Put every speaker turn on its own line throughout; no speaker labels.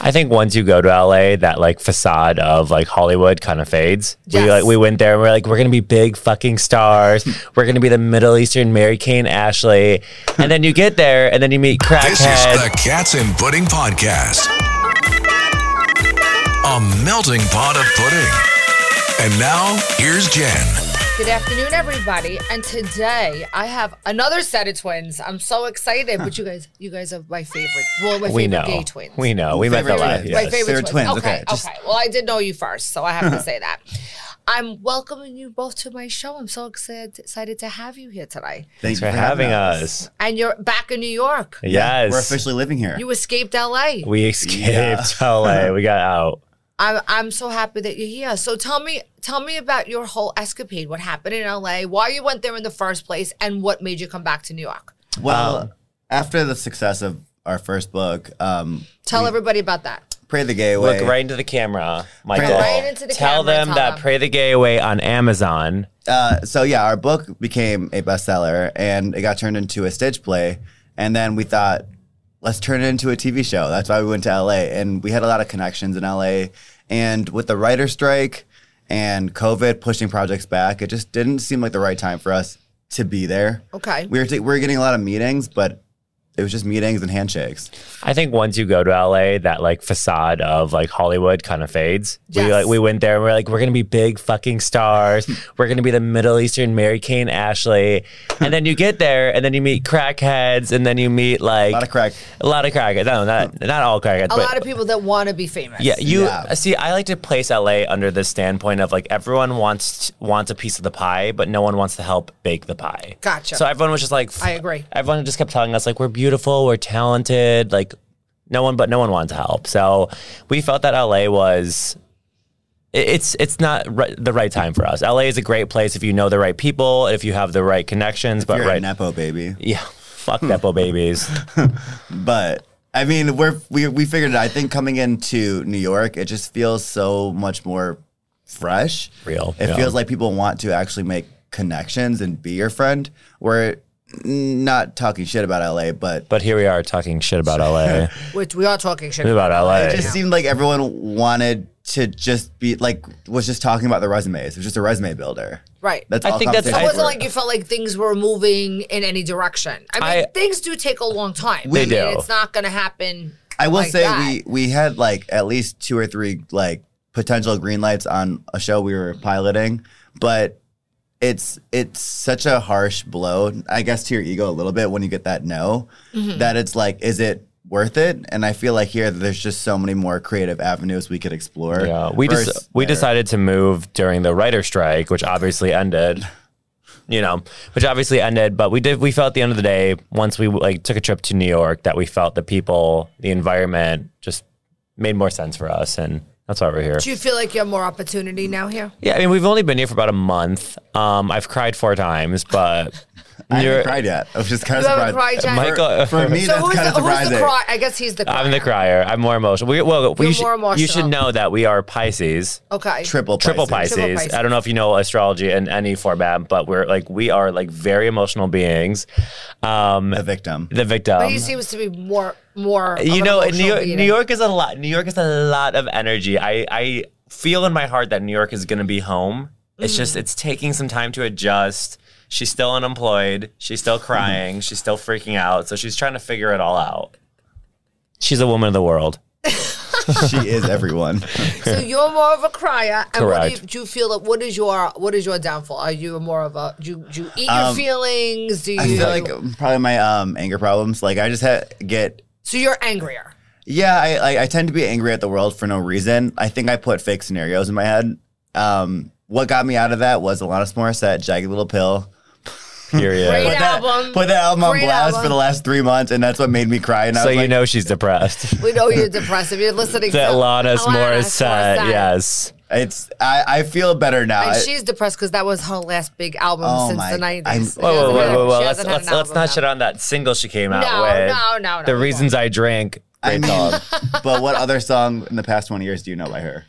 I think once you go to LA, that like facade of like Hollywood kind of fades.
Yes.
We like we went there and we're like, we're gonna be big fucking stars. we're gonna be the Middle Eastern Mary Kane Ashley. And then you get there and then you meet
This is the
crackhead.
Cats and Pudding Podcast. A melting pot of pudding. And now, here's Jen.
Good afternoon, everybody. And today I have another set of twins. I'm so excited. But you guys, you guys are my favorite. Well, my
We
favorite
know.
gay twins.
We know. We met the
Favorite
last.
twins.
My
Yes.
favorite
They're
twins.
twins.
Okay, okay.
Okay, just-
Well, I did know you first, so I have to say that. I'm welcoming you both to my show. I'm so excited, excited to have you here today.
Thanks for having us.
And you're back in New York.
Yes.
We're officially living here.
You escaped LA.
we escaped LA. We got out.
I'm I'm so happy that you're here. So tell me tell me about your whole escapade. What happened in LA? Why you went there in the first place, and what made you come back to New York?
well,
Um,
after the success of our first book, um,
Tell everybody about that.
Pray the Gay Away.
Look right into the camera, Michael.
Right
into the
tell
camera,
them
tell
that
them.
Pray the Gay Away on Amazon.
Uh, so yeah, our book became a bestseller, and it got turned into a stage play. And then we thought, let's turn it into a TV show. That's why we went to LA, and we had a lot of connections in LA. And with the writer strike and COVID pushing projects back, it just didn't seem like the right time for us to be there.
Okay.
we were t- we were getting a lot of meetings, but it was just meetings and handshakes.
I think once you go to LA, that like facade of like Hollywood kind of fades.
Yes.
We like we went there and we're like, we're gonna be big fucking stars. we're gonna be the Middle Eastern Mary Kane Ashley. And then you get there and then you meet crackheads and then you meet like
A lot of crack.
a lot of crackheads. No, not not all crackheads.
A
but
lot of people that want to be famous.
yeah, you
Yeah.
see, I like to place LA under the standpoint of like everyone wants wants a piece of the pie, but no one wants to help bake the pie.
Gotcha.
So everyone was just like,
I agree.
Everyone just kept telling us like we're beautiful, we're talented, like no one, but no one wanted to help. So we felt that LA was. it- It's it's not ri- the right time for us. LA is a great place if you know the right people, if you have the right connections. but
You're
right
a nepo baby.
yeah, fuck nepo babies.
but I mean, we're we we figured it. out. I think coming into New York, it just feels so much more fresh,
Real,
It
yeah.
feels like people want to actually make connections and be your friend. We're not talking shit about LA, but
But here we are talking shit about LA.
which we are talking shit
about LA.
it just seemed like everyone wanted to just be like was just talking about their resumes. It was just a resume builder.
Right.
That's
I
all
think that's-
it
conversations
wasn't
I-
were.
like you felt like things were moving in any direction. I mean,
I-
things do take a long time.
They
I mean,
do.
It's not going to happen.
I will
like
say
that.
we we had like at least two or three like potential green lights on a show we were piloting, but it's it's such a harsh blow, I guess, to your ego a little bit when you get that no.
Mm-hmm.
That it's like, is it worth it? And I feel like here there's just so many more creative avenues we could explore.
Yeah, we just
versus
we
there.
decided to move during the writer strike, which obviously ended. You know, which obviously ended, but we did. We felt at the end of the day, once we like took a trip to New York, that we felt the people, the environment, just made more sense for us, and that's why we're here.
Do you feel like you have more opportunity now here?
Yeah, I mean, we've only been here for about a month. Um, I've cried four times, but
I haven't
you're-
cried yet. I was just kind of
You haven't
surprised.
cried yet?
Michael.
For me,
So
that's
who's
kind
the,
of
who's
surprising.
the cry? I guess he's the crier.
I'm the crier. I'm more emotional. We, well,
You're
you should
more emotional.
you should know that we are Pisces.
Okay.
Triple
triple
Pisces.
Pisces.
Triple Pisces.
I don't know if you know astrology in any format, but we're like we are like very emotional beings. Um,
A victim.
the victim.
But he seems to be more, more. of
you
an
know, New
emotional
York,
being.
New York is a lot. New York is a lot of energy. I I feel in my heart that New York is going to be home. It's just
Mm.
it's taking some time to adjust. She's still unemployed. She's
Mm.
still crying. She's still freaking out. So she's trying to figure it all out. She's a woman of the world.
she is everyone.
So you're more of a crier. And What do, you,
Correct.
do you feel that? What is your What is your downfall? Are you more of a? Do you, do you eat your
Um,
feelings? Do you?
I feel like probably my um, anger problems. Like I just ha- get
so you're angrier.
Yeah, I, I I tend to be angry at the world for no reason. I think I put fake scenarios in my head. Um, what got me out of that was Alanis Morissette, Jagged Little Pill.
Period.
Great
Put that,
album.
put that album on
Great
blast
album.
for the last three months, and that's what made me cry. And I
so
was
you
like,
know she's depressed.
We know you're depressed. If you're listening,
that
to
Alanis Morissette.
Morissette.
Yes.
it's I, I feel better now.
And
I-
she's depressed because that was her last big album
Oh
since
my-
the
I'm-
nineties.
Whoa, whoa, whoa, whoa, whoa. Let's,
She hasn't had
let's,
an
let's
album
not
now.
shit on that single she came out
No,
with.
no, no, no,
The
we
Reasons I Drank.
I
Great
mean,
song.
but what other song in the past twenty years do you know by her?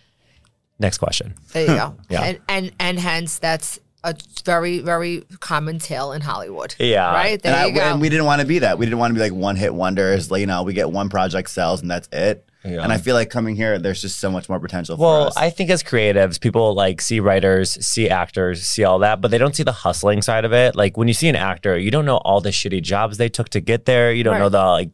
Next question.
There you go.
Yeah.
And and and hence that's a very very common tale in Hollywood.
Yeah.
Right there
and,
you
I,
go.
and we didn't want to be that. We didn't want to be like one hit wonders. Like, you know, we get one project sells and that's it.
Yeah.
And I feel like coming here, there's just so much more potential for
Well,
us.
I think as creatives, people like see writers, see actors, see all that, but they don't see the hustling side of it. Like when you see an actor, you don't know all the shitty jobs they took to get there. You don't know
Right.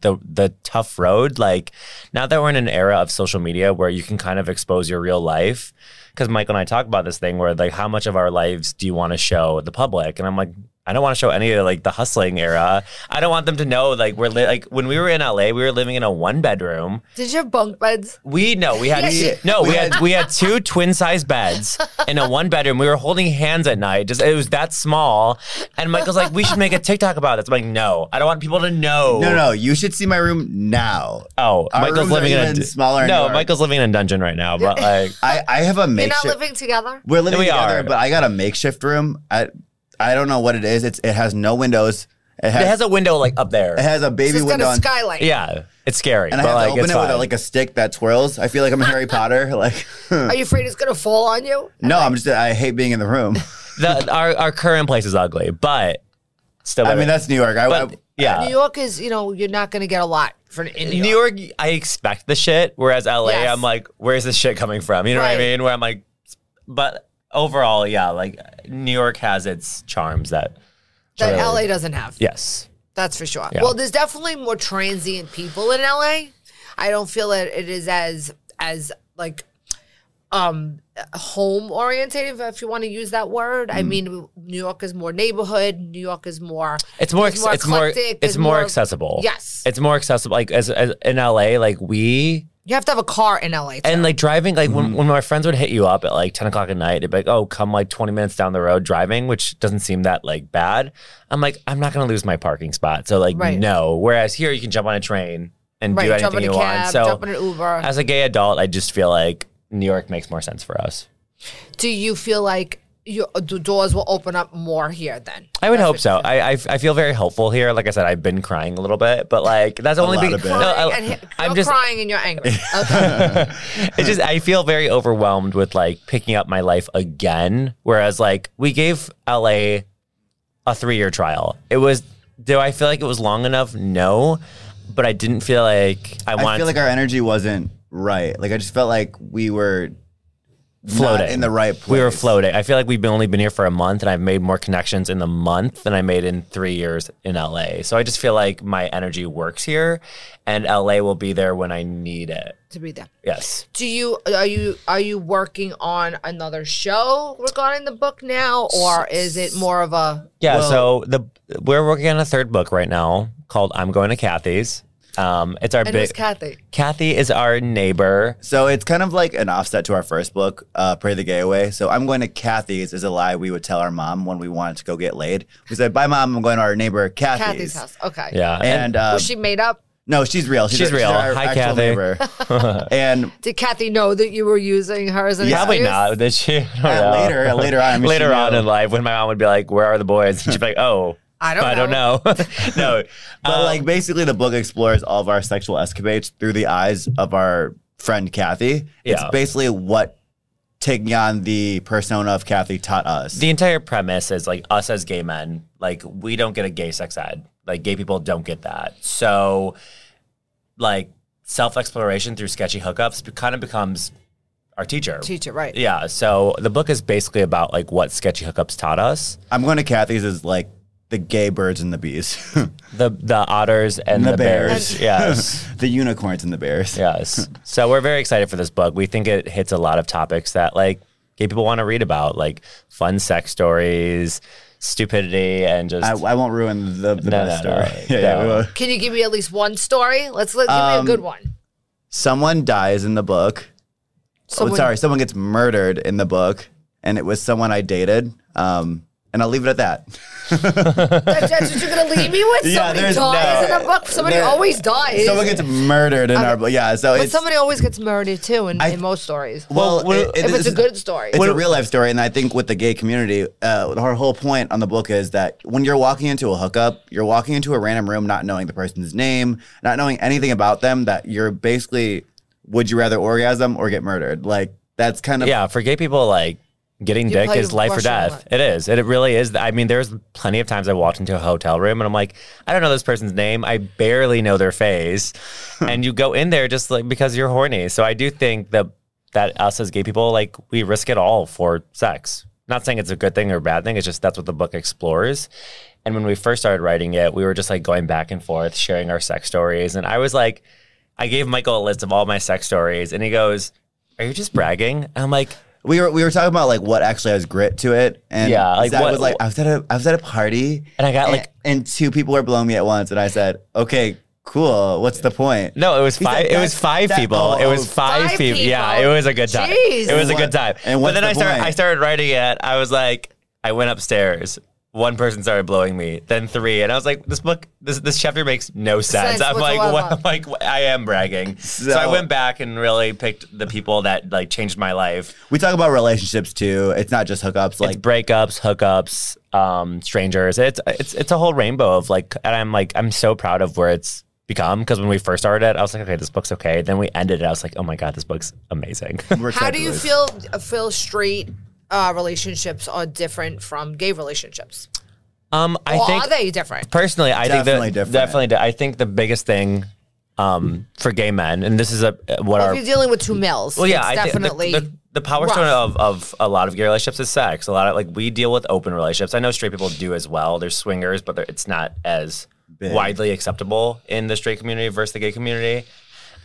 the like the the tough road. Like now that we're in an era of social media where you can kind of expose your real life. Because Michael and I talk about this thing where like how much of our lives do you want to show the public? And I'm like. I don't want to show any of like the hustling era. I don't want them to know like we're li- like when we were in LA, we were living in a one bedroom.
Did you have bunk beds?
We no, we had
Yeah, she-
no, we had we had two twin size beds in a one bedroom. We were holding hands at night. Just it was that small. And Michael's like, we should make a TikTok about this. I'm like, no, I don't want people to know.
no, no, you should see my room now.
Oh,
Our
Michael's
rooms are
living in a
even smaller in New
no.
York.
Michael's living in a dungeon right now, but like.
I, I have a
You're
makeshift.
not living together?
We're living
We
together,
are.
but I got a makeshift room. I I don't know what it is. It's it has no windows. It has
It has a window like up there.
it has a
It's
baby
just got
window.
a
on-
skylight.
yeah, it's scary.
and I
but
have
like,
to open
it's
it
fine.
with a, like a stick that twirls. I feel like I'm in Harry Potter. Like,
Are you afraid it's gonna fall on you?
no, I'm just I hate being in the room.
The- our our current place is ugly, but still.
I mean, that's New York. I,
but,
I-
yeah.
New York is, you know, you're not gonna get a lot for in New,
Uh, New
York.
York, I expect the shit, whereas LA,
Yes.
I'm like, where's this shit coming from? You know what I
Right.
mean? Where I'm like, but overall, yeah, like New York has its charms that,
that
Really.
LA doesn't have.
yes.
That's for sure.
uh, Yeah.
Well, there's definitely more transient people in LA. I don't feel that it is as as like um home orientated if you want to use that word.
Mm.
I mean, New York is more neighborhood. New York is more.
It's more,
there's
it's more, it's more,
eclectic,
it's
there's
more accessible.
Yes.
It's more accessible. Like, as, as in LA, like, we,
You have to have a car in LA. Too.
and like driving, like, when, when my friends would hit you up at like 10 o'clock at night, it'd be like, oh, come like 20 minutes down the road driving, which doesn't seem that like bad. I'm like, I'm not going to lose my parking spot. So, like,
Right.
no. Whereas here, you can jump on a train. And do
right, jump
anything
in a
you want.
cab,
So
jump in an Uber.
As a gay adult, I just feel like New York makes more sense for us.
Do you feel like your the doors will open up more here then?
I would
That's
hope
what
so.
you're saying.
I, I I feel very hopeful here. Like I said, I've been crying a little bit, but like that's the only
lot
thing.
of it.
no,
Crying
I,
and hi-
I'm
you're
just
crying and you're angry. Okay.
it's just I feel very overwhelmed with like picking up my life again. Whereas like we gave LA a three year trial. It was do I feel like it was long enough? No, but I didn't feel like I
I
wanted
feel like our energy wasn't right. Like I just felt like we were
to floating
not in the right place.
We were floating. I feel like we've been only been here for a month, and I've made more connections in the month than I made in three years in LA. So I just feel like my energy works here, and LA will be there when I need it.
to be there.
Yes.
Do you are you are you working on another show regarding the book now, or is it more of a
Yeah.
Well-
so the we're working on a third book right now called "I'm Going to Kathy's." Um, it's our
and who's
big.
Kathy?
Kathy is our neighbor.
So it's kind of like an offset to our first book, uh, Pray the Gay Away. So I'm going to Kathy's is a lie we would tell our mom when we wanted to go get laid. We said, "Bye, mom. I'm going to our neighbor Kathy's."
Kathy's house. Okay.
Yeah.
And uh,
Was she made up?
no, she's real. She's,
She's
our-
real.
our
Hi,
actual
Kathy.
neighbor. and
Did Kathy know that you were using her as an
Yeah, probably
excuse?
not. Did she? I don't
uh,
know.
later, later on, I mean, she
later on
knew.
in life, when my mom would be like, "Where are the boys?" and she'd be like, "Oh,
I don't
I don't know." no,
But
Um,
like basically, the book explores all of our sexual escapades through the eyes of our friend Kathy. It's
Yeah.
basically what taking on the persona of Kathy taught us.
the entire premise is like us as gay men, like we don't get a gay sex ed. Like gay people don't get that. So like self exploration through sketchy hookups be- kind of becomes our teacher.
Teacher, right?
Yeah. So the book is basically about like what sketchy hookups taught us.
I'm going to Kathy's is like the gay birds and the bees,
The the otters and
The
the, bears.
bears.
Yes.
the unicorns and the bears.
Yes. So we're very excited for this book. We think it hits a lot of topics that like gay people want to read about, like fun sex stories, stupidity, and just
I, I won't ruin the,
No,
the best
no, no.
story. yeah, yeah, we
No.
will.
Can you give me at least one story? Let's let give me a good one.
Someone dies in the book.
Someone,
oh, sorry, someone gets murdered in the book, and it was someone I dated. Um, and I'll leave it at that.
That- That's what you're gonna leave me with.
Yeah,
Somebody
there's
dies
no-
in the book. Somebody
there-
always dies.
Someone gets murdered in our book. Yeah, so
but
it's
somebody always gets murdered too in,
I-
in most stories.
well,
Well,
it-
if
it-
it's
this
a
is-
good story.
It's a real life story, and I think with the gay community, uh, our whole point on the book is that when you're walking into a hookup, you're walking into a random room not knowing the person's name, not knowing anything about them. That you're basically, would you rather orgasm or get murdered? Like that's kind of
yeah, for gay people, like Getting
You
dick
play
is life or
Russian
death. It is. It, it really is. I mean, there's plenty of times I walked into a hotel room and I'm like, I don't know this person's name. I barely know their face. and you go in there just like because you're horny. So I do think that that us as gay people, like we risk it all for sex. Not saying it's a good thing or a bad thing. It's just that's what the book explores. And when we first started writing it, we were just like going back and forth, sharing our sex stories. And I was like, I gave Michael a list of all my sex stories, and he goes, "Are you just bragging?" And I'm like,
We were we were talking about like what actually has grit to it, and
Yeah, like,
like
what-
was like I was at a I was at a party,
and I got like,
and, and two people were blowing me at once, and I said, "Okay, cool. What's the point?"
no, it was
He said,
five. It was
"That's-
five
that-
people.
oh,
it was
oh,
five,
Five
people. Yeah, it
people.
was a good time.
Jeez.
It was a
What-
good time.
and
but
what's
then
the
I started.
point?
I started writing it. I was like, I went upstairs. One person started blowing me, then three, and I was like, "This book, this this chapter makes no sense."
Sense
I'm like, what,
whatsoever.
I'm like, what- I am bragging. So, I
So-
went back and really picked the people that like changed my life.
We talk about relationships too. It's not just hookups. Like
it's breakups, hookups, um, strangers. It's it's it's a whole rainbow of like, and I'm like, I'm so proud of where it's become. Because when we first started, it, I was like, okay, this book's okay. Then we ended, it, I was like, oh my god, this book's amazing.
we're
How do you
excited.
feel feel straight uh, relationships are different from gay relationships?
um, I
Or
think
are they different?
personally, I
Definitely
think that
different.
definitely, di- I think the biggest thing, um, for gay men, and this is a what
Well,
our
if you're dealing with two males,
Well, yeah,
it's
I think the-
definitely
the, the, power
rough.
stone of, of a lot of gay relationships is sex. A lot of like we deal with open relationships. I know straight people do as well. There's swingers, but they're- it's not as
Big.
widely acceptable in the straight community versus the gay community.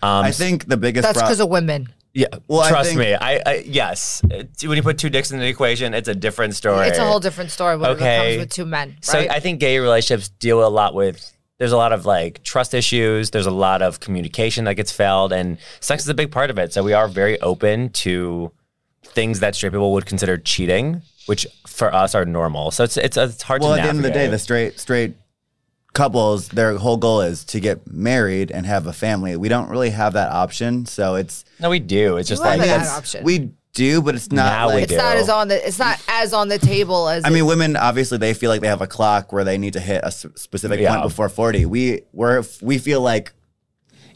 Um,
I think the biggest
that's
pro-
because of women.
yeah,
well, I
trust
think-
me. I, I yes, It's- when you put two dicks in the equation, it's a different story.
It's a whole different story when it
Okay.
comes with two men,
So
right?
I think gay relationships deal a lot with there's a lot of like trust issues, there's a lot of communication that gets failed and sex is a big part of it. So we are very open to things that straight people would consider cheating, which for us are normal. So it's it's, it's hard
well,
to
at the end of the day, the
navigate.
straight straight couples, their whole goal is to get married and have a family. We don't really have that option, so it's
No, we do. It's just
You have
like
it.
it's-
option.
We do, but it's not
Now we
like
it's
do.
not as on the it's not as on the table as
I
it-
mean, women obviously they feel like they have a clock where they need to hit a s- specific
Yeah.
point before forty. We we're, we feel like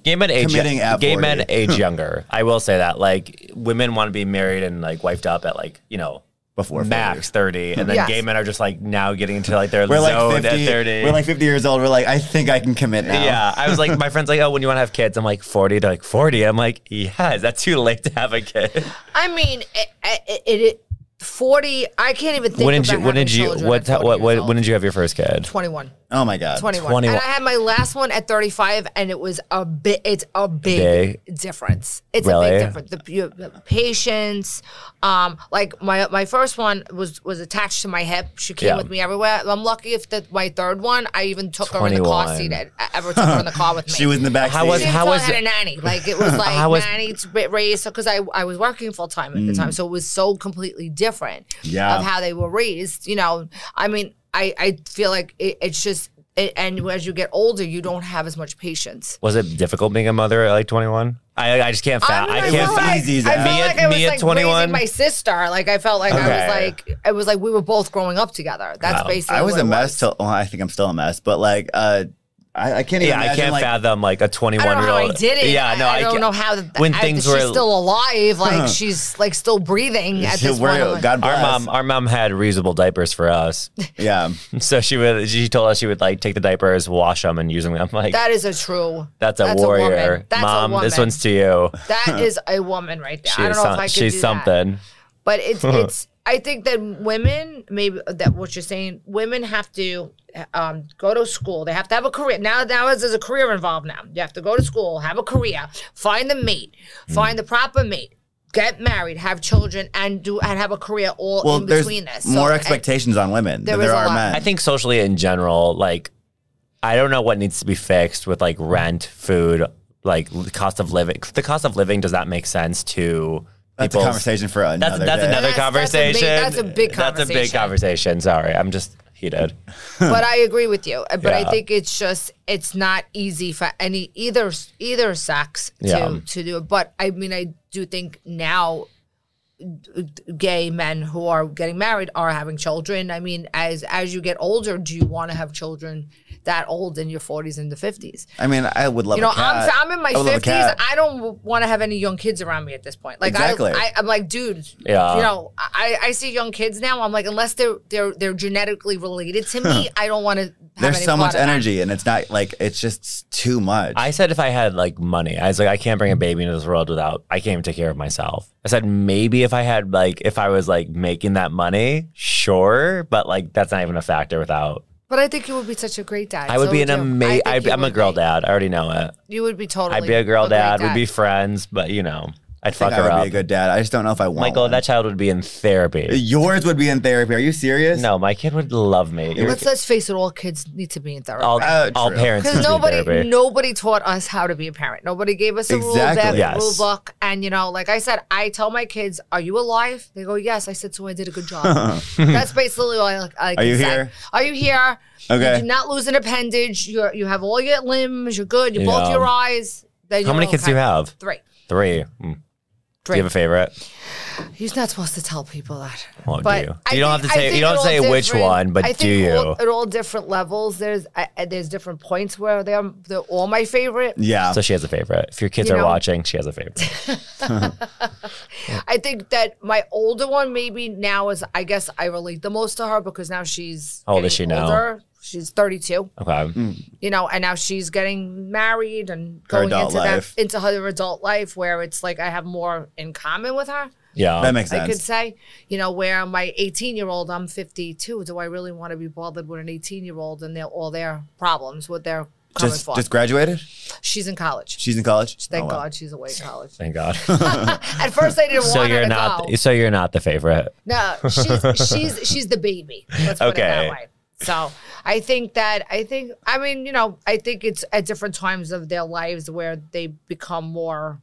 gay men age
committing at
gay men
40.
age younger. I will say that. Like women want to be married and like wifed up at like, you know,
before 40.
max 30 and then
Yes.
gay men are just like now getting into like their
We're
zone
like
at
fifty.
30
We're like fifty years old. We're like, I think I can commit now.
Yeah, I was like, my friend's like, oh, when you want to have kids, I'm like 40 to like 40. I'm like, yeah, is that too late to have a kid?
I mean, it, it, it, it forty. I can't even think.
when did
about
you? When did you? What? ti- What? What? When did you have your first kid?
Twenty one.
Oh my god.
21.
21.
And I had my last one at 35, and it was a bit, it's a big difference. It's a
Really?
big difference. The, you- the patience, um, like my my first one was was attached to my hip. She came
Yeah.
with me everywhere. I'm lucky if that my third one, I even took her in the
21.
car seat. I I ever took her in the car with me.
She was in the back.
How
seat.
was-
She didn't
how
tell I
was
had
it-
a nanny. Like it was like
How was- Mm.
nanny to ra- raise because I I was working full time at the time, so it was so completely different
Yeah.
of how they were raised. You know, I mean, I I feel like it, it's just. It, and as you get older, you don't have as much patience.
Was it difficult being a mother at like 21? I I just can't. Fa- I
mean,
can't.
felt
fa-
like,
easy,
I
Zach.
felt
Me
like
at-
I was
me at
like
21?
raising my sister. Like I felt like
Okay.
I was like it was like we were both growing up together. That's
Wow.
basically.
I was
what
a
it
mess till. Well, I think I'm still a mess, but like, uh, I, I can't even.
yeah, I
imagine,
can't
like,
fathom like a 21
I don't
year
know how I
old.
did it.
Yeah, no,
I, I don't
can't-
know how th-
when
I-
things
she's
were
still alive. Like she's like still breathing at this
We're-
point. I'm like-
God
Our
bless.
mom, our mom had reusable diapers for us,
Yeah.
so she would. She told us she would like take the diapers, wash them, and use them. I'm like,
That is a true.
that's a
woman.
warrior,
That's
mom.
a woman.
This one's to you.
That is a woman right there.
She's,
I don't know if
some-
I could
she's
do That.
something.
But it's it's. I think that women maybe that what you're saying. Women have to um, go to school. They have to have a career. Now now is- there's a career involved. Now you have to go to school, have a career, find the mate, find the proper mate. Get married, have children, and do and have a career all
Well,
in
there's
between this. So,
more
and-
expectations on women
There
than there
is a
are
lot.
men.
I think socially in general, like I don't know what needs to be fixed with like rent, food, like the cost of living. The cost of living does not make sense to
that's a
people's-
conversation for another.
That's that's
day.
another
That's- that's a big-
conversation.
that's a big
That's a big
conversation.
conversation. Sorry, I'm just heated.
but I agree with you. Uh, But
Yeah.
I think it's just it's not easy for any either either sex to
Yeah.
to do it. But I mean, I do think now gay men who are getting married are having children. I mean, as as you get older, do you want to have children that old in your 40s and the 50s?
I mean, I would love.
You know,
a cat.
I'm, I'm in my
I would love a
50s.
cat.
I don't want to have any young kids around me at this point. Like
Exactly.
I, I I'm like, dude,
Yeah.
you know, I, I see young kids now. I'm like, unless they're they're they're genetically related to me, I don't want to have
There's
any
so much
part of that.
energy, and it's not like it's just too much.
I said if I had like money, I was like, I can't bring a baby into this world without I can't even take care of myself. I said maybe if I had like if I was like making that money, sure, but like that's not even a factor without.
But I think you would be such a great dad.
I would
So
be an
you. I
amazing.
think you
I'm a
would
girl
be.
dad. I already know it.
You would be totally.
I'd be a girl
great
dad. We'd be friends, but you know, I'd
I
fuck
think
her
I would
up.
be a good dad. I just don't know if I want.
Michael,
one.
that child would be in therapy.
yours would be in therapy. Are you serious?
No, my kid would love me. Your-
Let's let's face it. All kids need to be in therapy.
all,
Uh,
all
true.
parents
because
need to be in
nobody
therapy.
nobody taught us how to be a parent. Nobody gave us a rule
Exactly.
book,
Yes.
rule book, and you know, like I said, I tell my kids, "Are you alive?" They go, "Yes." I said, "So I did a good job." That's basically all I, I can
you
say.
here?
Are you here?
Okay.
You did not lose an appendage. You you have all your limbs. You're good. You
Yeah.
both your eyes. Then
How
you're
many kids do you
okay.
have?
Three.
Three. Mm. Do
Three.
you have a favorite?
He's not supposed to tell people that.
Well, do you?
I
You don't have to
I
say- you
think
don't
at all
say which
different-
one, but
I
do
think all-
you?
at all different levels, there's I, I- there's different points where they're they're all my favorite.
Yeah.
So she has a favorite. If your kids
You
are
know-
watching, she has a favorite.
I think that my older one maybe now is I guess I relate the most to her because now she's
How old is
getting
she now?
older. She's thirty two,
Okay.
Mm.
you know, and now she's getting married and
Her
going
adult
into
life.
that into her adult life where it's like I have more in common with her.
Yeah.
that makes
I could
sense.
say, you know, where my 18 year old, I'm 52. Do I really want to be bothered with an 18 year old and their, all their problems, what they're coming
Just
for?
just graduated.
she's in college.
She's in college.
Thank
Oh, wow.
God she's away in college.
Thank God.
At first, I didn't
so
want her
you're
to
not.
go.
So you're not the favorite.
No, she's she's she's the baby. Let's put it
Okay.
that way. So I think that I think I mean you know I think it's at different times of their lives where they become more.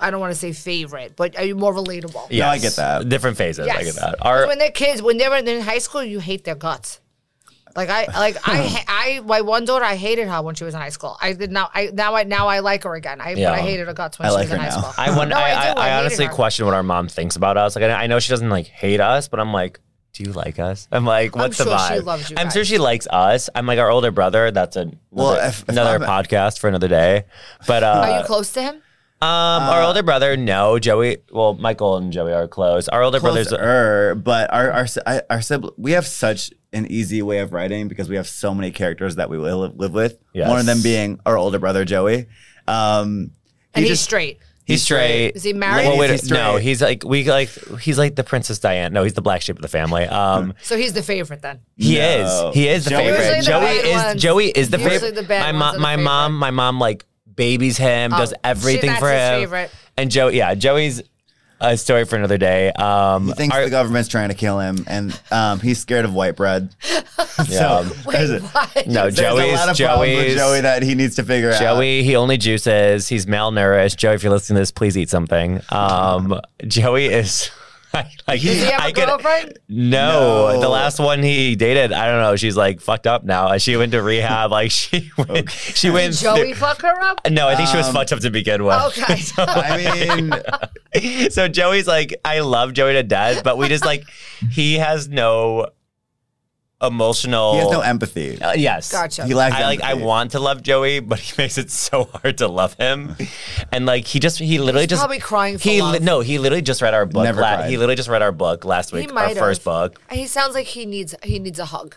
I don't want to say favorite, but are you more relatable?
Yeah,
I get that.
Different phases.
Yes.
I get that.
'Cause
Our,
when they're kids, when they're in high school, you hate their guts. Like I, like I, ha- I, my one daughter, I hated her when she was in high school. I did not. I now I now I like her again. I
Yeah.
but I hated her guts when
I
she
like
was in high
her now.
school.
I, when,
No,
I,
I do.
I,
I
I
hated
honestly
her.
question what our mom thinks about us. Like, I, I know she doesn't like hate us, but I'm like, do you like us? I'm like, what's the
sure she
vibe?
loves you
I'm
guys.
sure she likes us. I'm like our older brother. That's a
Well,
another,
if- if
another
I'm-
podcast for another day. But uh,
Are you close to him?
Um, our
Uh,
older brother, no, Joey. Well, Michael and Joey are close. Our older brother's
Closer, er, but our our si- I- our sibling, we have such an easy way of writing because we have so many characters that we will live with.
Yes.
One of them being our older brother Joey. Um,
And he's
just-
straight.
he's straight.
Is he married?
Well, wait,
Is he
no,
straight?
he's like we like he's like the Princess Diana. No, he's the black sheep of the family. Um,
So he's the favorite then.
he
No.
is he is the
Joey-
favorite.
Usually the
Joey
bad
is
ones.
Joey is the
Usually
favorite.
the bad
my
ones
mom,
are the
my mom, my mom like babies him, does
Oh, she-
everything
that's
for
his
him.
favorite.
And Joe, yeah, Joey's a story for another day. Um,
he thinks
our-
the government's trying to kill him, and um, he's scared of white bread.
Yeah.
so
Wait,
there's a-
what?
no,
there's a lot
Joey's
of problems with
Joey's
Joey that he needs to figure out.
Joey, he only juices. He's malnourished. Joey, if you're listening to this, please eat something. Um, Joey is. I, like,
Does he have a
I could-
girlfriend?
no,
No.
the last one he dated, I don't know. She's like fucked up now. She went to rehab. Like she went, she went.
Joey fuck her up?
through- no, I think she
Um,
was fucked up to begin with.
Okay.
I mean,
so Joey's like, I love Joey to death, but we just like, he has no emotional.
he has no e- empathy.
Uh, yes.
Gotcha.
He lacks
I like I
empathy.
want to love Joey, but he makes it so hard to love him. And like he just he literally just
probably crying for
he
love.
no he literally just read our book.
Never
la-
cried.
he literally just read our book last week, our
might
first
have.
book.
he sounds like he needs he needs a hug.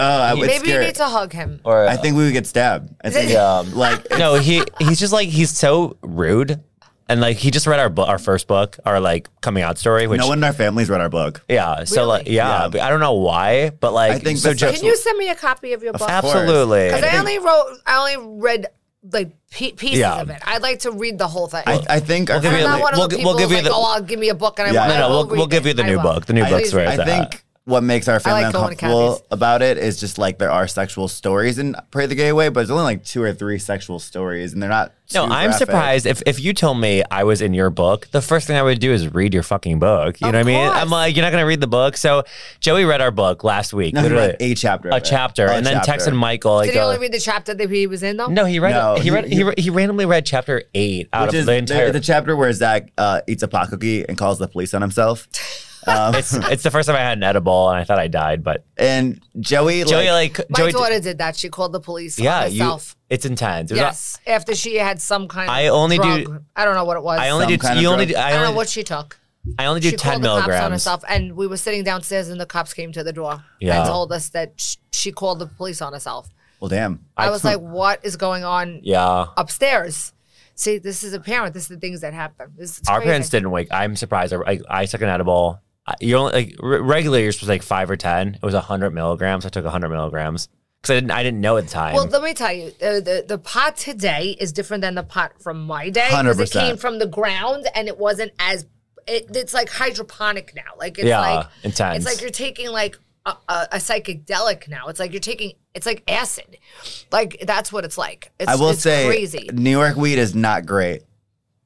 Oh, I would
Maybe you
scare.
need to hug him.
Or
I think we would get stabbed. I think,
Yeah.
like
no he he's just like he's so rude, and like he just read our bu- our first book, our like coming out story, which.
no one in our family's read our book.
yeah, so like,
Really?
yeah,
Yeah.
but I don't know why, but like,
I think
so
besides-
Joe-
Can you send me a copy of your book?
course.
absolutely,
Because I only wrote, I only read like pe- pieces
Yeah.
of it. I'd like to read the whole thing.
I, I think our
give you
I'm
a
family-
not one of
We'll
the
gi-
people
we'll give
who's
you
like,
the-
oh, I'll give me a book and I
Yeah.
want.
No,
no,
I will
we'll-
read
we'll give
it.
you the
I
new
will.
book. The new
I,
book's where
I
it's at.
think what makes our family
like going to
uncomfortable
Kathy's.
about it is just like there are sexual stories in Pray the Gay Away, but there's only like two or three sexual stories, and they're not.
No,
too
I'm
graphic.
surprised if, if you told me I was in your book, the first thing I would do is read your fucking book. You
Of
know what I mean?
course.
I'm like, you're not gonna read the book. So Joey read our book last week.
No, he
literally
read a chapter, of
a
it. Oh,
chapter,
A
and then
chapter.
texted Michael. Like,
Did he
uh,
only read the chapter that he was in though?
no, he read.
No,
he,
he-
read. He,
he-
re- he randomly read chapter eight out
Which
of
is
the entire.
the chapter where Zach uh, eats a pot cookie and calls the police on himself. Um,
it's it's the first time I had an edible, and I thought I died. But
and Joey, like,
Joey, like
My
Joey,
daughter did that. She called the police
yeah,
on
you.
herself.
It's intense. It was-
yes, after she had some kind.
I
of
only do-
drug. I don't know what it was.
I only
Some
do.
kind of
you only.
drug.
do- I
I don't know
only.
what she took.
I only do
she
ten
called the cops on
milligrams.
herself, and we were sitting downstairs, and the cops came to the door
Yeah.
and told us that sh- she called the police on herself.
well, damn.
I, was like, "What is going on
Yeah.
upstairs?" See, this is a parent. This is the things that happen. This is
Our
crazy.
parents didn't wake. I'm surprised. I, I, I took an edible. I- You're only like re- regular. You're supposed to like five or ten. It was hundred milligrams. I took hundred milligrams because I didn't. I didn't know at the time.
Well, let me tell you, the, the the pot today is different than the pot from my day 'cause it
100%.
came from the ground and it wasn't as it, it's like hydroponic now. Like it's
yeah,
like
intense.
it's like you're taking like a, a, a psychedelic now. It's like you're taking it's like acid. Like that's what it's like. It's,
I will
it's
say,
crazy,
New York weed is not great.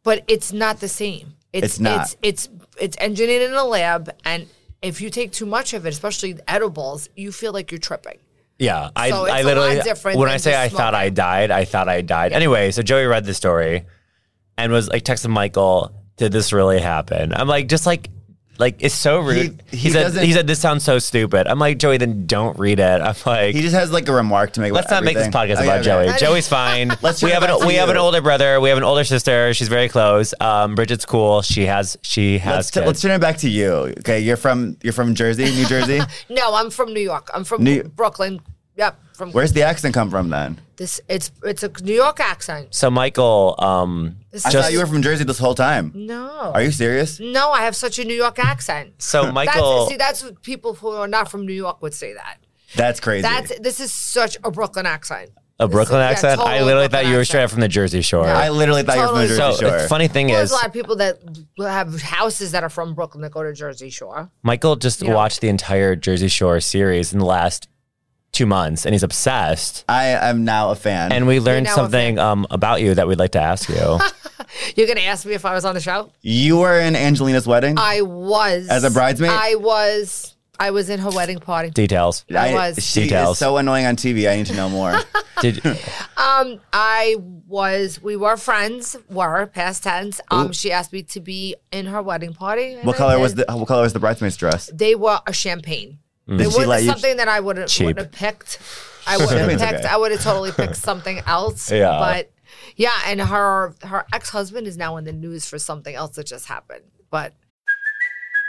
but it's not the same. It's,
It's not.
It's, it's it's engineered in a lab, and if you take too much of it, especially edibles, you feel like you're tripping.
yeah, I,
So it's
I
a
literally
lot different
when
than
I say
just
I thought I
smoking.
died, I thought I died. Anyway, so Joey read the story and was like texting Michael, "Did this really happen?" I'm like, just like. Like it's so rude. He,
He- he
said,
doesn't-
"He said this sounds so stupid." I'm like, Joey, then don't read it. I'm like,
He just has like a remark to make.
Let's
about
not make this podcast
everything. Okay,
about
okay.
Joey. Joey's fine.
Let's
we
turn
have
it
an
back
we
to
have an
you.
older brother. We have an older sister. She's very close. Um, Bridget's cool. She has she has
Let's, t-
kids.
let's turn it back to you. Okay, you're from you're from Jersey, New Jersey.
No, I'm from New York. I'm from
New-
Brooklyn. Yep, from
Where's the accent come from then?
this. It's it's a New York accent.
so Michael, um,
This
I
is-
Just-
thought you were from Jersey this whole time.
no.
Are you serious?
No, I have such a New York accent.
so Michael,
That's, see, that's what people who are not from New York would say that.
That's crazy.
That's this is such a Brooklyn accent.
a Brooklyn
yeah,
accent. I
total
literally
Brooklyn
thought you were
accent.
straight up from the Jersey Shore.
I literally thought you were
Totally.
from
so
Jersey Shore.
the funny thing
Well, there's
is,
a lot of people that have houses that are from Brooklyn that go to Jersey Shore.
Michael just watched the entire Jersey Shore series in the last two months, and he's obsessed.
I am now a fan.
And we learned
now a fan.
something um, about you that we'd like to ask you.
You're gonna ask me if I was on the show?
you were in Angelina's wedding.
I was
As a bridesmaid?
I was. I was in her wedding party.
Details.
I was.
She
Details.
is so annoying on TV. I need to know more.
Did
Um, I was. We were friends. Were past tense. Um, she asked me to be in her wedding party. and
what
I
color was
did.
the What color was the bridesmaid's dress?
They were a champagne.
Mm.
It
she
wasn't
let you-
something that I would have
Cheap.
would have picked. I would have
Champagne's
picked.
okay.
I would have totally picked something else.
Yeah.
But yeah, and her her ex husband is now in the news for something else that just happened. But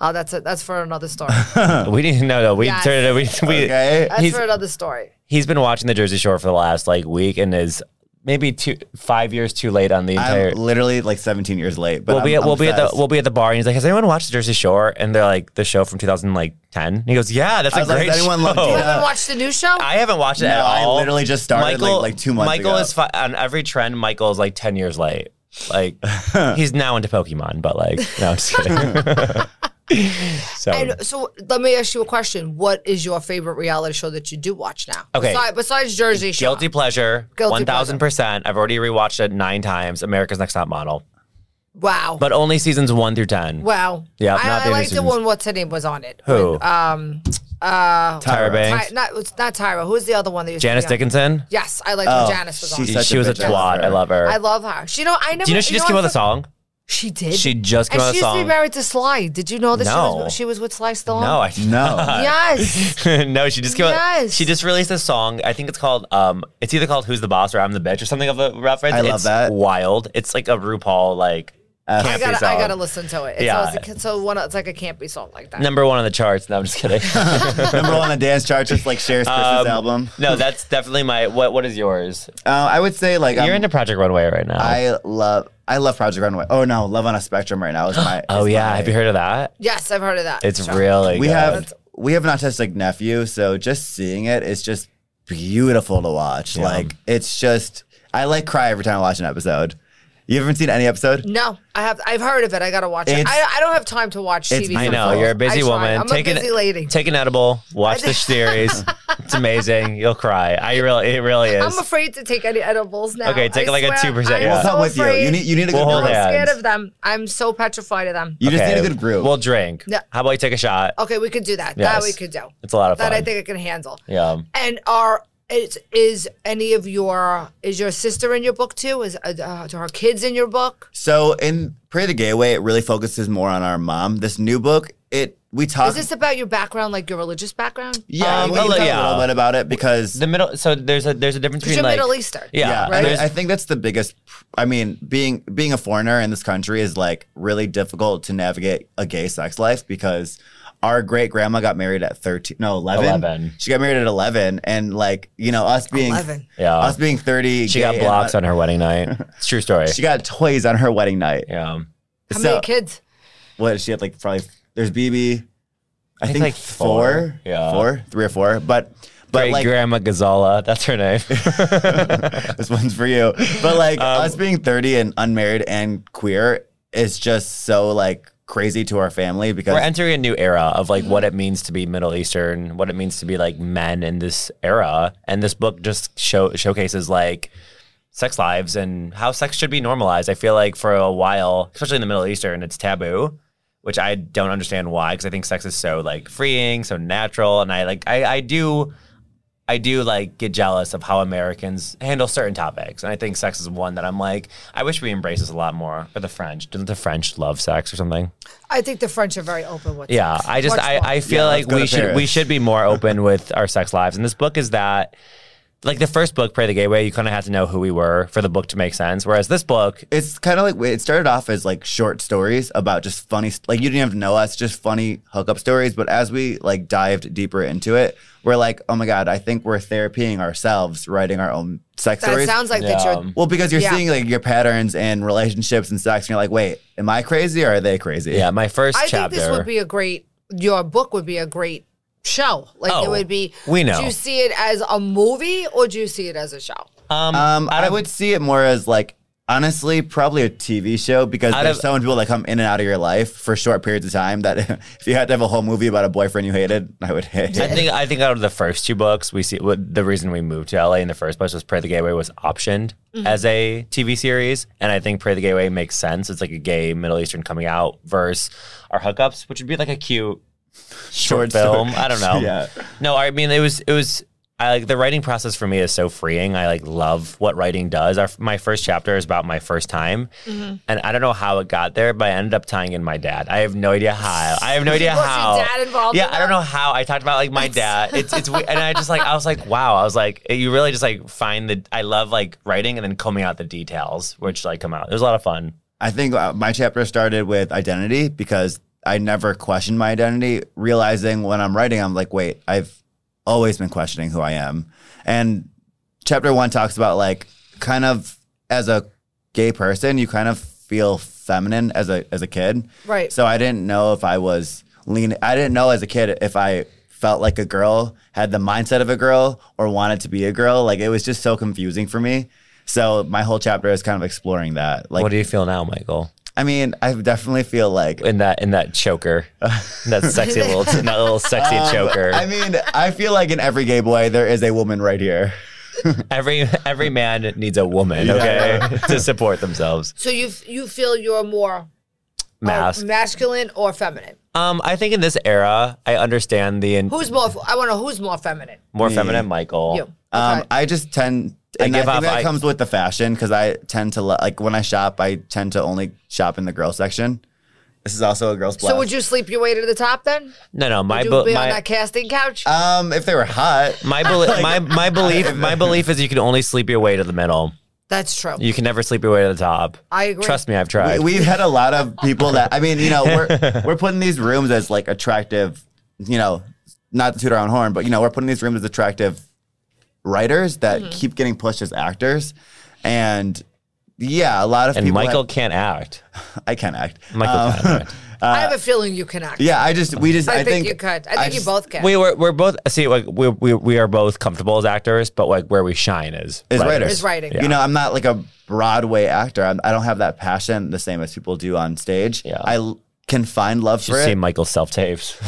oh, that's a, that's for another story.
we didn't know. No, we
Yes.
turned it. We, we
Okay.
That's
He's-
for another story.
he's been watching the Jersey Shore for the last like week and is maybe two five years too late on the entire.
I'm literally like 17 years late, but
we'll be at,
I'm- I'm
we'll be at the
obsessed.
we'll be at the bar, and he's like, "Has anyone watched Jersey Shore?" And they're like, "The show from 2010." And he goes, "Yeah, that's
I
a
was like,
great
"Does anyone
show."
love
You
Tina?"
haven't watched the new show?
I haven't watched it
No,
at
I
all.
literally just started, like- like, two months
Michael
ago.
is fi- on every trend. Michael is like ten years late. Like he's now into Pokemon, but like no, I'm just kidding. so
and so let me ask you a question. What is your favorite reality show that you do watch now?
Okay.
Besides, besides Jersey Shore.
guilty pleasure,
Guilty
one thousand percent. I've already rewatched it nine times. America's Next Top Model,
Wow.
but only seasons one through ten.
wow.
Yeah, not
I, I
the
liked the
Andersons.
one what's her name was on it.
Who?
When, um uh
Tyra Banks,
Ty, not it's not Tyra. Who's the other one that used to
Janice Oh,
be on?
Dickinson.
Yes, I liked when Janice was on.
she's such
she was a
bitch. I love
twat.
her.
I love her.
I love her. She know I never
Do you know she just came out
I
with a
thought-
song?
She did.
She just came
and
out
she
with a
used to be
song.
married to Sly. Did you know that she
No.
was she was with Sly Stallone?
No, I
No.
Yes.
no, she just came out.
Yes.
She just released a song. I think it's called. Um, it's either called "Who's the Boss" or "I'm the Bitch" or something of a reference.
I love
it's
that.
Wild. It's like a RuPaul like. campy
I gotta, I
song.
gotta listen to it. It's
Yeah.
always a- so one, it's like a campy song like that.
Number one on the charts. No, I'm just kidding.
Number one on the dance chart, just like Cher's Christmas
Um,
album.
no, that's definitely my. What What is yours?
Uh, I would say like I'm-
You're into Project Runway right now.
I love I love Project Runway. Oh no, Love on a Spectrum right now is my.
oh
is
yeah,
my-
have you heard of that?
Yes, I've heard of that.
It's
Sure.
really.
We
good.
have we have an autistic nephew, so just seeing it is just beautiful to watch. Like it's just I like cry every time I watch an episode. You haven't seen any episode?
No, I have. I've heard of it. I gotta watch it.
It's-
I, I don't have time to watch
it's-
TV.
I know
sometimes.
you're a busy
I try.
woman.
I'm
take
a busy
an,
lady.
Take an edible. Watch the series. it's amazing. You'll cry. I really. It really is.
I'm afraid to take any edibles now.
Okay, take
I
like a
swear,
2%,
I'm
yeah.
We'll
so
come with you.
afraid.
You need you need a good
We'll hold
I'm
group.
hands.
scared of them. I'm so petrified of them.
You just need
Okay,
a good group.
We'll drink.
Yeah.
How about you take a shot?
Okay, we could do that. That we
Yes.
could do.
It's a lot of
That
fun.
I think I can handle.
Yeah.
And are is is any of your is your sister in your book too? Is uh, uh, are her kids in your book?
so in Pray the Gateway, it really focuses more on our mom. This new book, it we talk.
Is this about your background, like your religious background?
yeah,
Um,
we can
a little-
talk a little
yeah.
bit about it because
The middle. So there's a there's a difference
Because
between like
you're Middle Eastern.
Yeah.
Yeah,
right?
I, I think that's the biggest. I mean, being being a foreigner in this country is like really difficult to navigate a gay sex life because our great grandma got married at thirteen, no eleven.
11.
She got married at eleven, and like you know, us being
11.
Yeah.
us being thirty,
She got
gay and
blocks on her wedding night. It's a true story.
She got toys on her wedding night.
yeah.
How
so
many kids?
what she had like probably there's BB. I,
think,
think,
like,
four,
four. Yeah.
four, three or four, but. But
Great
like
grandma Gazala. That's her name.
this one's for you. But like
Um,
us being 30 and unmarried and queer is just so like crazy to our family because
We're entering a new era of like what it means to be Middle Eastern, what it means to be like men in this era, and this book just show showcases like sex lives and how sex should be normalized. I feel like for a while, especially in the Middle Eastern, it's taboo, which I don't understand why because I think sex is so like freeing, so natural, and I like I I do. I do like get jealous of how Americans handle certain topics, and I think sex is one that I'm like, I wish we embrace this a lot more. Or the French, doesn't the French love sex or something?
I think the French are very open with.
Yeah,
sex.
I just
Much
I,
more.
I feel
Yeah, let's
like
go
we
to
should we
Paris.
should be more open with our sex lives. And this book is that like the first book, Pray the Gateway, you kind of had to know who we were for the book to make sense. Whereas this book,
it's kind of like it started off as like short stories about just funny like you didn't have to know us just funny hookup stories but as we like dived deeper into it we're like oh my god I think we're therapying ourselves writing our own sex
That
stories
sounds like that
Yeah.
you're.
well because you're
Yeah.
seeing like your patterns and relationships and sex and you're like wait am I crazy or are they crazy
yeah, my first
I
chapter.
think this would be a great. Your book would be a great show. Like
Oh,
it would be.
we know.
Do you see it as a movie or do you see it as a show?
um,
Um, I would see it more as like honestly, probably a TV show because
Out
there's
of-
so many people that come in and out of your life for short periods of time that if you had to have a whole movie about a boyfriend you hated, I would hate.
I think I think out of the first two books, we see what the reason we moved to LA in the first place was Pray the Gateway was optioned
Mm-hmm.
as a TV series, and I think Pray the Gateway makes sense. It's like a gay Middle Eastern coming out versus our hookups, which would be like a cute short
Short story.
film. I don't know.
Yeah.
No, I mean it was it was. I like the writing process for me is so freeing. I like love what writing does. Our, my first chapter is about my first time,
Mm-hmm.
and I don't know how it got there, but I ended up tying in my dad. I have no idea how. I have no idea
Was your
how.
dad involved
Yeah,
in
I don't
that?
know how I talked about like my dad. It's it's we- and I just like I was like wow. I was like eh, you really just like find the I love like writing and then combing out the details which like come out. It was a lot of fun.
I think uh, my chapter started with identity because I never questioned my identity. Realizing when I'm writing, I'm like, wait, I've always been questioning who I am. And chapter one talks about like kind of as a gay person, you kind of feel feminine as a as a kid.
Right.
So I didn't know if I was leaning I didn't know as a kid if I felt like a girl, had the mindset of a girl or wanted to be a girl. Like it was just so confusing for me. So my whole chapter is kind of exploring that. Like
what do you feel now, Michael?
I mean, I definitely feel like
In that in that choker, that sexy little that little sexy choker.
I mean, I feel like in every gay boy there is a woman right here.
every every man needs a woman, okay, to support themselves.
So you f- you feel you're more uh,
Mask.
masculine or feminine?
Um, I think in this era, I understand the in-
Who's more? I want to. Who's more feminine?
more feminine Michael.
You.
Um,
Okay.
I just tend,
I
and I,
give
think
off-
that
I-
comes with the fashion because I tend to lo- like when I shop, I tend to only shop in the girl section. This is also a girl's.
so would you sleep your way to the top then?
No, no, my
Would you
bu-
be on
my
that casting couch?
Um, if they were hot,
my, beli- my my belief my belief is you can only sleep your way to the middle.
That's true.
You can never sleep your way to the top.
I agree.
Trust me, I've tried.
we, have had a lot of people that I mean, you know, we're we're putting these rooms as like attractive, you know, not to toot our own horn, but you know, we're putting these rooms as attractive writers that
Mm-hmm.
keep getting pushed as actors, and yeah, a lot of
and
people.
Michael
have-
can't act.
I can't act.
Michael
Um,
can't act.
I have a feeling you cannot.
yeah, I just we just
I,
I,
think, you could. I think you
just-
both can.
We were we're both see like we we we are both comfortable as actors, but like where we shine is
is writers.
Is writing.
You know, I'm not like a Broadway actor. I'm, I don't have that passion the same as people do on stage.
Yeah.
I l- can find love for
Just
it.
see Michael's self tapes.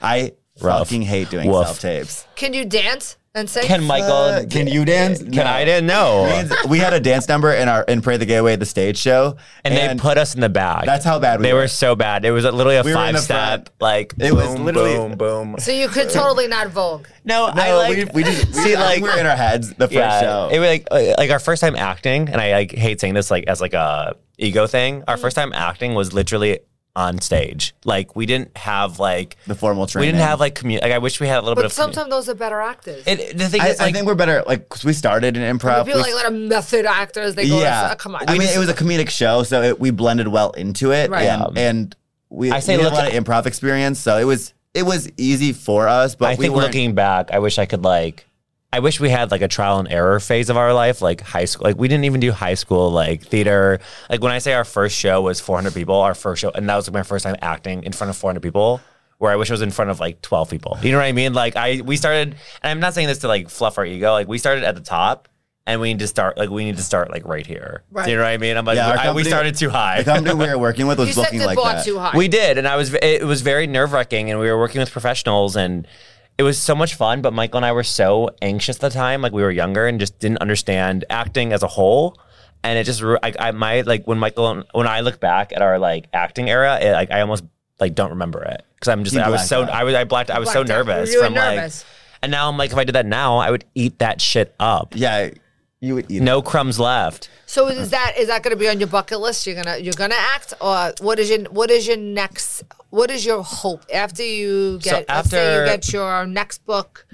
I
Rough.
fucking hate doing
Woof.
self tapes.
Can you dance and sing?
Can Michael?
uh,
Can you dance? Can
I didn't know.
We had a dance number in our in Pray the Gay Away the stage show,
And, they put us in the back.
That's how bad we
they
were.
were. So bad. It was literally a
We were in
five
the
step.
front.
Like
It was
boom,
literally-
boom boom.
so you could totally not Vogue.
No,
No,
I like
we, we just we,
see like
we were in our heads the first
yeah,
show.
It was like uh, like our first time acting, and I like hate saying this like as like a ego thing.
Mm-hmm.
Our first time acting was literally on stage. Like we didn't have like
the formal
we
training.
didn't have like commu- like I wish we had a little bit
But
of commu-
sometimes those are better actors.
It, the thing
I,
is, like,
I think we're better. Like 'cause we started in improv.
people
we
like a lot of method actors. They go,
yeah,
oh, come on.
I mean, it was a comedic show, so it, we blended well into it,
Right.
and, and we,
I say
we had
look-
a lot of improv experience, so it was it was easy for us. But
I
we
think
weren't-
looking back, I wish I could like. I wish we had like a trial and error phase of our life, like high school. Like we didn't even do high school like theater. Like when I say our first show was 400 people, our first show, and that was like my first time acting in front of 400 people. Where I wish I was in front of like 12 people. You know what I mean? Like I we started, and I'm not saying this to like fluff our ego. Like we started at the top, and we need to start like we need to start like right here.
Right.
Do you know what I mean? I'm like
Yeah, our
I- we
company-
started too high.
the company we were working with was
you set
looking
the
like
bar
that.
too high.
We did, and I was it was very nerve wracking, and we were working with professionals, and it was so much fun. But Michael and I were so anxious at the time, like we were younger and just didn't understand acting as a whole. And it just ru- I, I my like when Michael when I look back at our like acting era, it, like I almost like don't remember it because I'm just
You
I was
blacked
so
out.
I was I blacked I was so
Blacked out.
nervous
You were
from
nervous.
like. And now I'm like, if I did that now, I would eat that shit up.
Yeah, you would eat.
No crumbs left.
So is that is that going to be on your bucket list? You're gonna you're gonna act, or what is your what is your next? What is your hope after you get
after-
after you get your next book?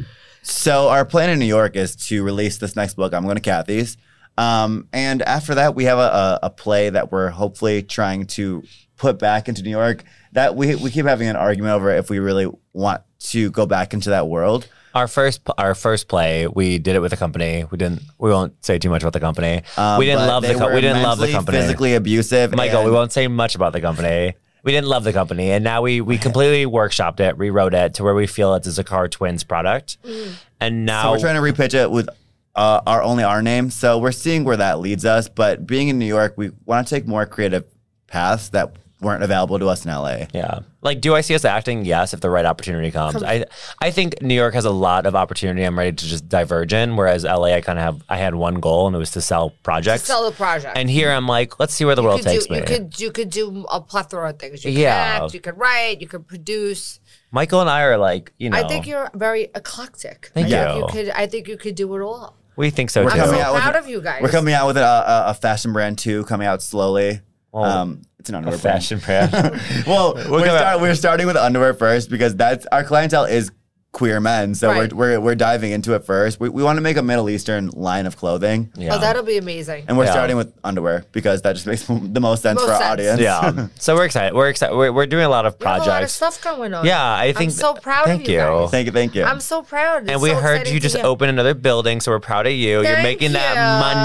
So our plan in New York is to release this next book. I'm going to Kathy's, um, and after that we have a, a, a play that we're hopefully trying to put back into New York. That we we keep having an argument over if we really want to go back into that world.
Our first, our first play, we did it with a company. We didn't. We won't say too much about the company. we didn't
Um, but
love the.
they
Co-
were
we didn't love the
immensely
company.
Physically abusive.
Michael,
and
we won't say much about the company. We didn't love the company, and now we we completely workshopped it, rewrote it to where we feel it's a Zakar Twins product,
Mm.
and now
So we're trying to repitch it with uh, our only our name. So we're seeing where that leads us. But being in New York, we want to take more creative paths that weren't available to us in LA.
Yeah. Like, do I see us acting? Yes, if the right opportunity comes. I I think New York has a lot of opportunity. I'm ready to just diverge in. Whereas LA, I kind of have I had one goal, and it was to sell projects.
Sell the project.
and here I'm like, let's see where the world
could
takes
do,
me.
You could you could do a plethora of things. You
Yeah.
can act, you can write, you can produce.
Michael and I are like, you know,
I think you're very eclectic.
Thank
I think
you.
you could I think you could do it all.
we think so
We're
too.
I'm so
Coming out with
proud
a-
of you guys.
We're coming out with a, a, a fashion brand too, coming out slowly.
Well,
um, it's an underwear
Oh. Fashion brand.
Brand. well, we're,
coming
start,
out-
we're starting with underwear first because that's our clientele is queer men. So
Right.
we're, we're we're diving into it first. We, we want to make a Middle Eastern line of clothing,
Yeah.
Oh, that'll be amazing.
and we're
Yeah.
starting with underwear because that just makes the most sense
Most
for our
sense.
audience.
yeah. So we're excited. We're excited. We're, we're doing a lot of
You have
projects.
a lot of stuff going on.
Yeah, I think.
I'm so proud
thank
of you. guys.
Thank you, thank you.
I'm so proud. It's
and we
so
heard
exciting
you
to
just
hear.
open another building, so we're proud of you. You're
Thank
making
you.
that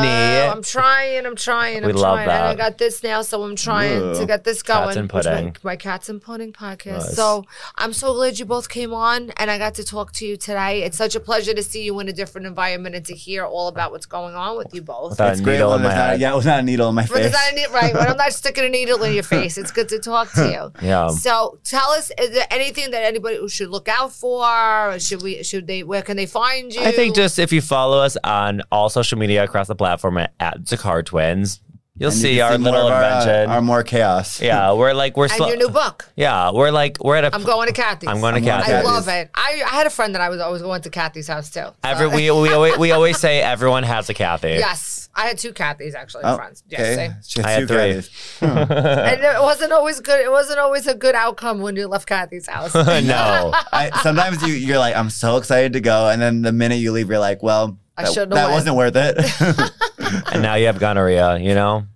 money.
I'm trying. I'm trying. I'm
We love
trying. And I
that.
got this now, so I'm trying
Ooh.
to get this going.
Cats and
which my-
pudding.
My, cats and pudding podcast.
Nice.
So I'm so glad you both came on, and I got to talk to you today. It's such a pleasure to see you in a different environment and to hear all about what's going on with you both.
Without
it's
a
great
needle
when
in my
there's not,
head.
yeah, without a needle in my face.
Because I need, right, when I'm not sticking a needle in your face, it's good to talk to you.
Yeah.
So tell us, is there anything that anybody should look out for? Or Should we? Should they? Where can they find you?
I think just if you follow us on all social media across the platform at, at Zakar Twins, you'll
And you
see
can
our
more
little
of our, uh,
invention.
our more chaos.
yeah, we're like we're
and
slow-
your new book.
yeah, we're like we're at a
I'm going to Kathy's.
I'm going to
I'm going to
Kathy's.
I
Kathy's.
love it. I, I had a friend that I was always going to Kathy's house too. So-
Every we we always, we always say everyone has a Kathy.
yes, I had two Kathy's actually
Oh,
friends. Yes,
okay.
same.
She
I had
two
three.
guys.
and it wasn't always good. It wasn't always a good outcome when you left Kathy's house. I
no.
I, sometimes you, you're like, I'm so excited to go, and then the minute you leave, you're like, well,
I
that,
shouldn't have
that
went. Oh
wasn't worth it.
and now you have gonorrhea, you know?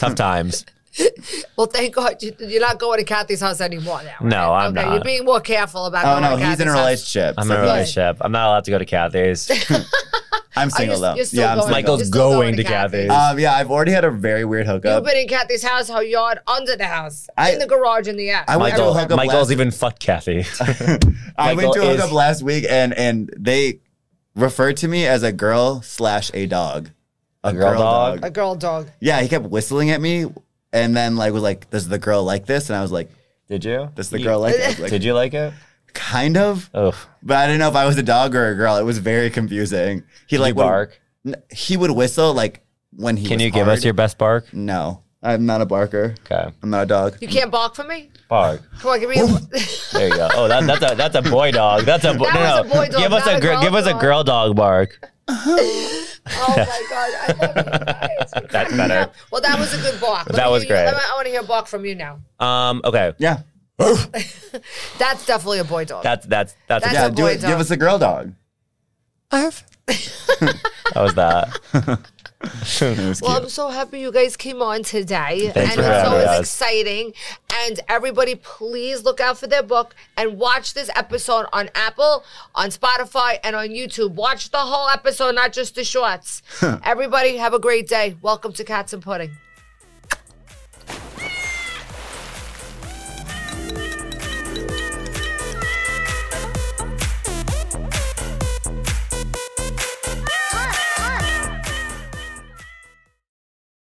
Tough times.
Well, thank God you, you're not going to Kathy's house anymore now.
No,
right?
I'm
okay,
not.
You're being more careful about.
oh
going
no,
to
he's in a
Kathy's house.
relationship.
I'm in
so
a
he's-
relationship. I'm not allowed to go to Kathy's.
I'm
Are you-
single though.
you're still
yeah, I'm
going-
single.
Michael's
you're still
going to Kathy's.
Um, yeah, I've already had a very weird
You've
hookup.
been in Kathy's house, her yard, under the house,
I-
in the garage, in the attic.
I went to a
Michael,
hookup
Michael's
last-
even fucked Kathy.
I went to a
Michael is-
hookup last week, and and they referred to me as a girl slash a dog, a,
girl dog?
a girl dog.
Yeah, he kept whistling at me, and then like was like, "Does the girl like this?" And I was like,
Did you?
"Does the girl like?" It? I was like,
Did you like it?
Kind of.
Oh,
But I didn't know if I was a dog or a girl. It was very confusing. He like
you
would-
bark.
n- he would whistle like when he.
Can
was
you give
hard.
us your best bark?
No, I'm not a barker.
Okay.
I'm not a dog.
You can't bark for me.
Bark.
Come on, give me. A,
There you go. Oh, that, that's a that's a boy dog. That's a, bo-
That
no,
was a boy
no.
dog,
Give us
not
a
a
girl.
girl
Give us a
dog.
girl dog bark.
oh my God, I love you guys. You're
That's
cracking me
better.
up. Well, that was a good bark. Let
That
me
was
hear you-
great.
I want to hear a bark from you now.
Um. Okay.
Yeah,
That's definitely a boy dog.
That's that's that's,
That's
a,
yeah.
a
Do
boy
it.
dog.
Give us a girl dog.
that was that.
well, I'm so happy you guys came on today.
Thanks
and
for
it's
having
always
us.
exciting. And everybody, please look out for their book and watch this episode on Apple, on Spotify, and on YouTube. Watch the whole episode, not just the shorts. everybody, have a great day. Welcome to Cats and Pudding.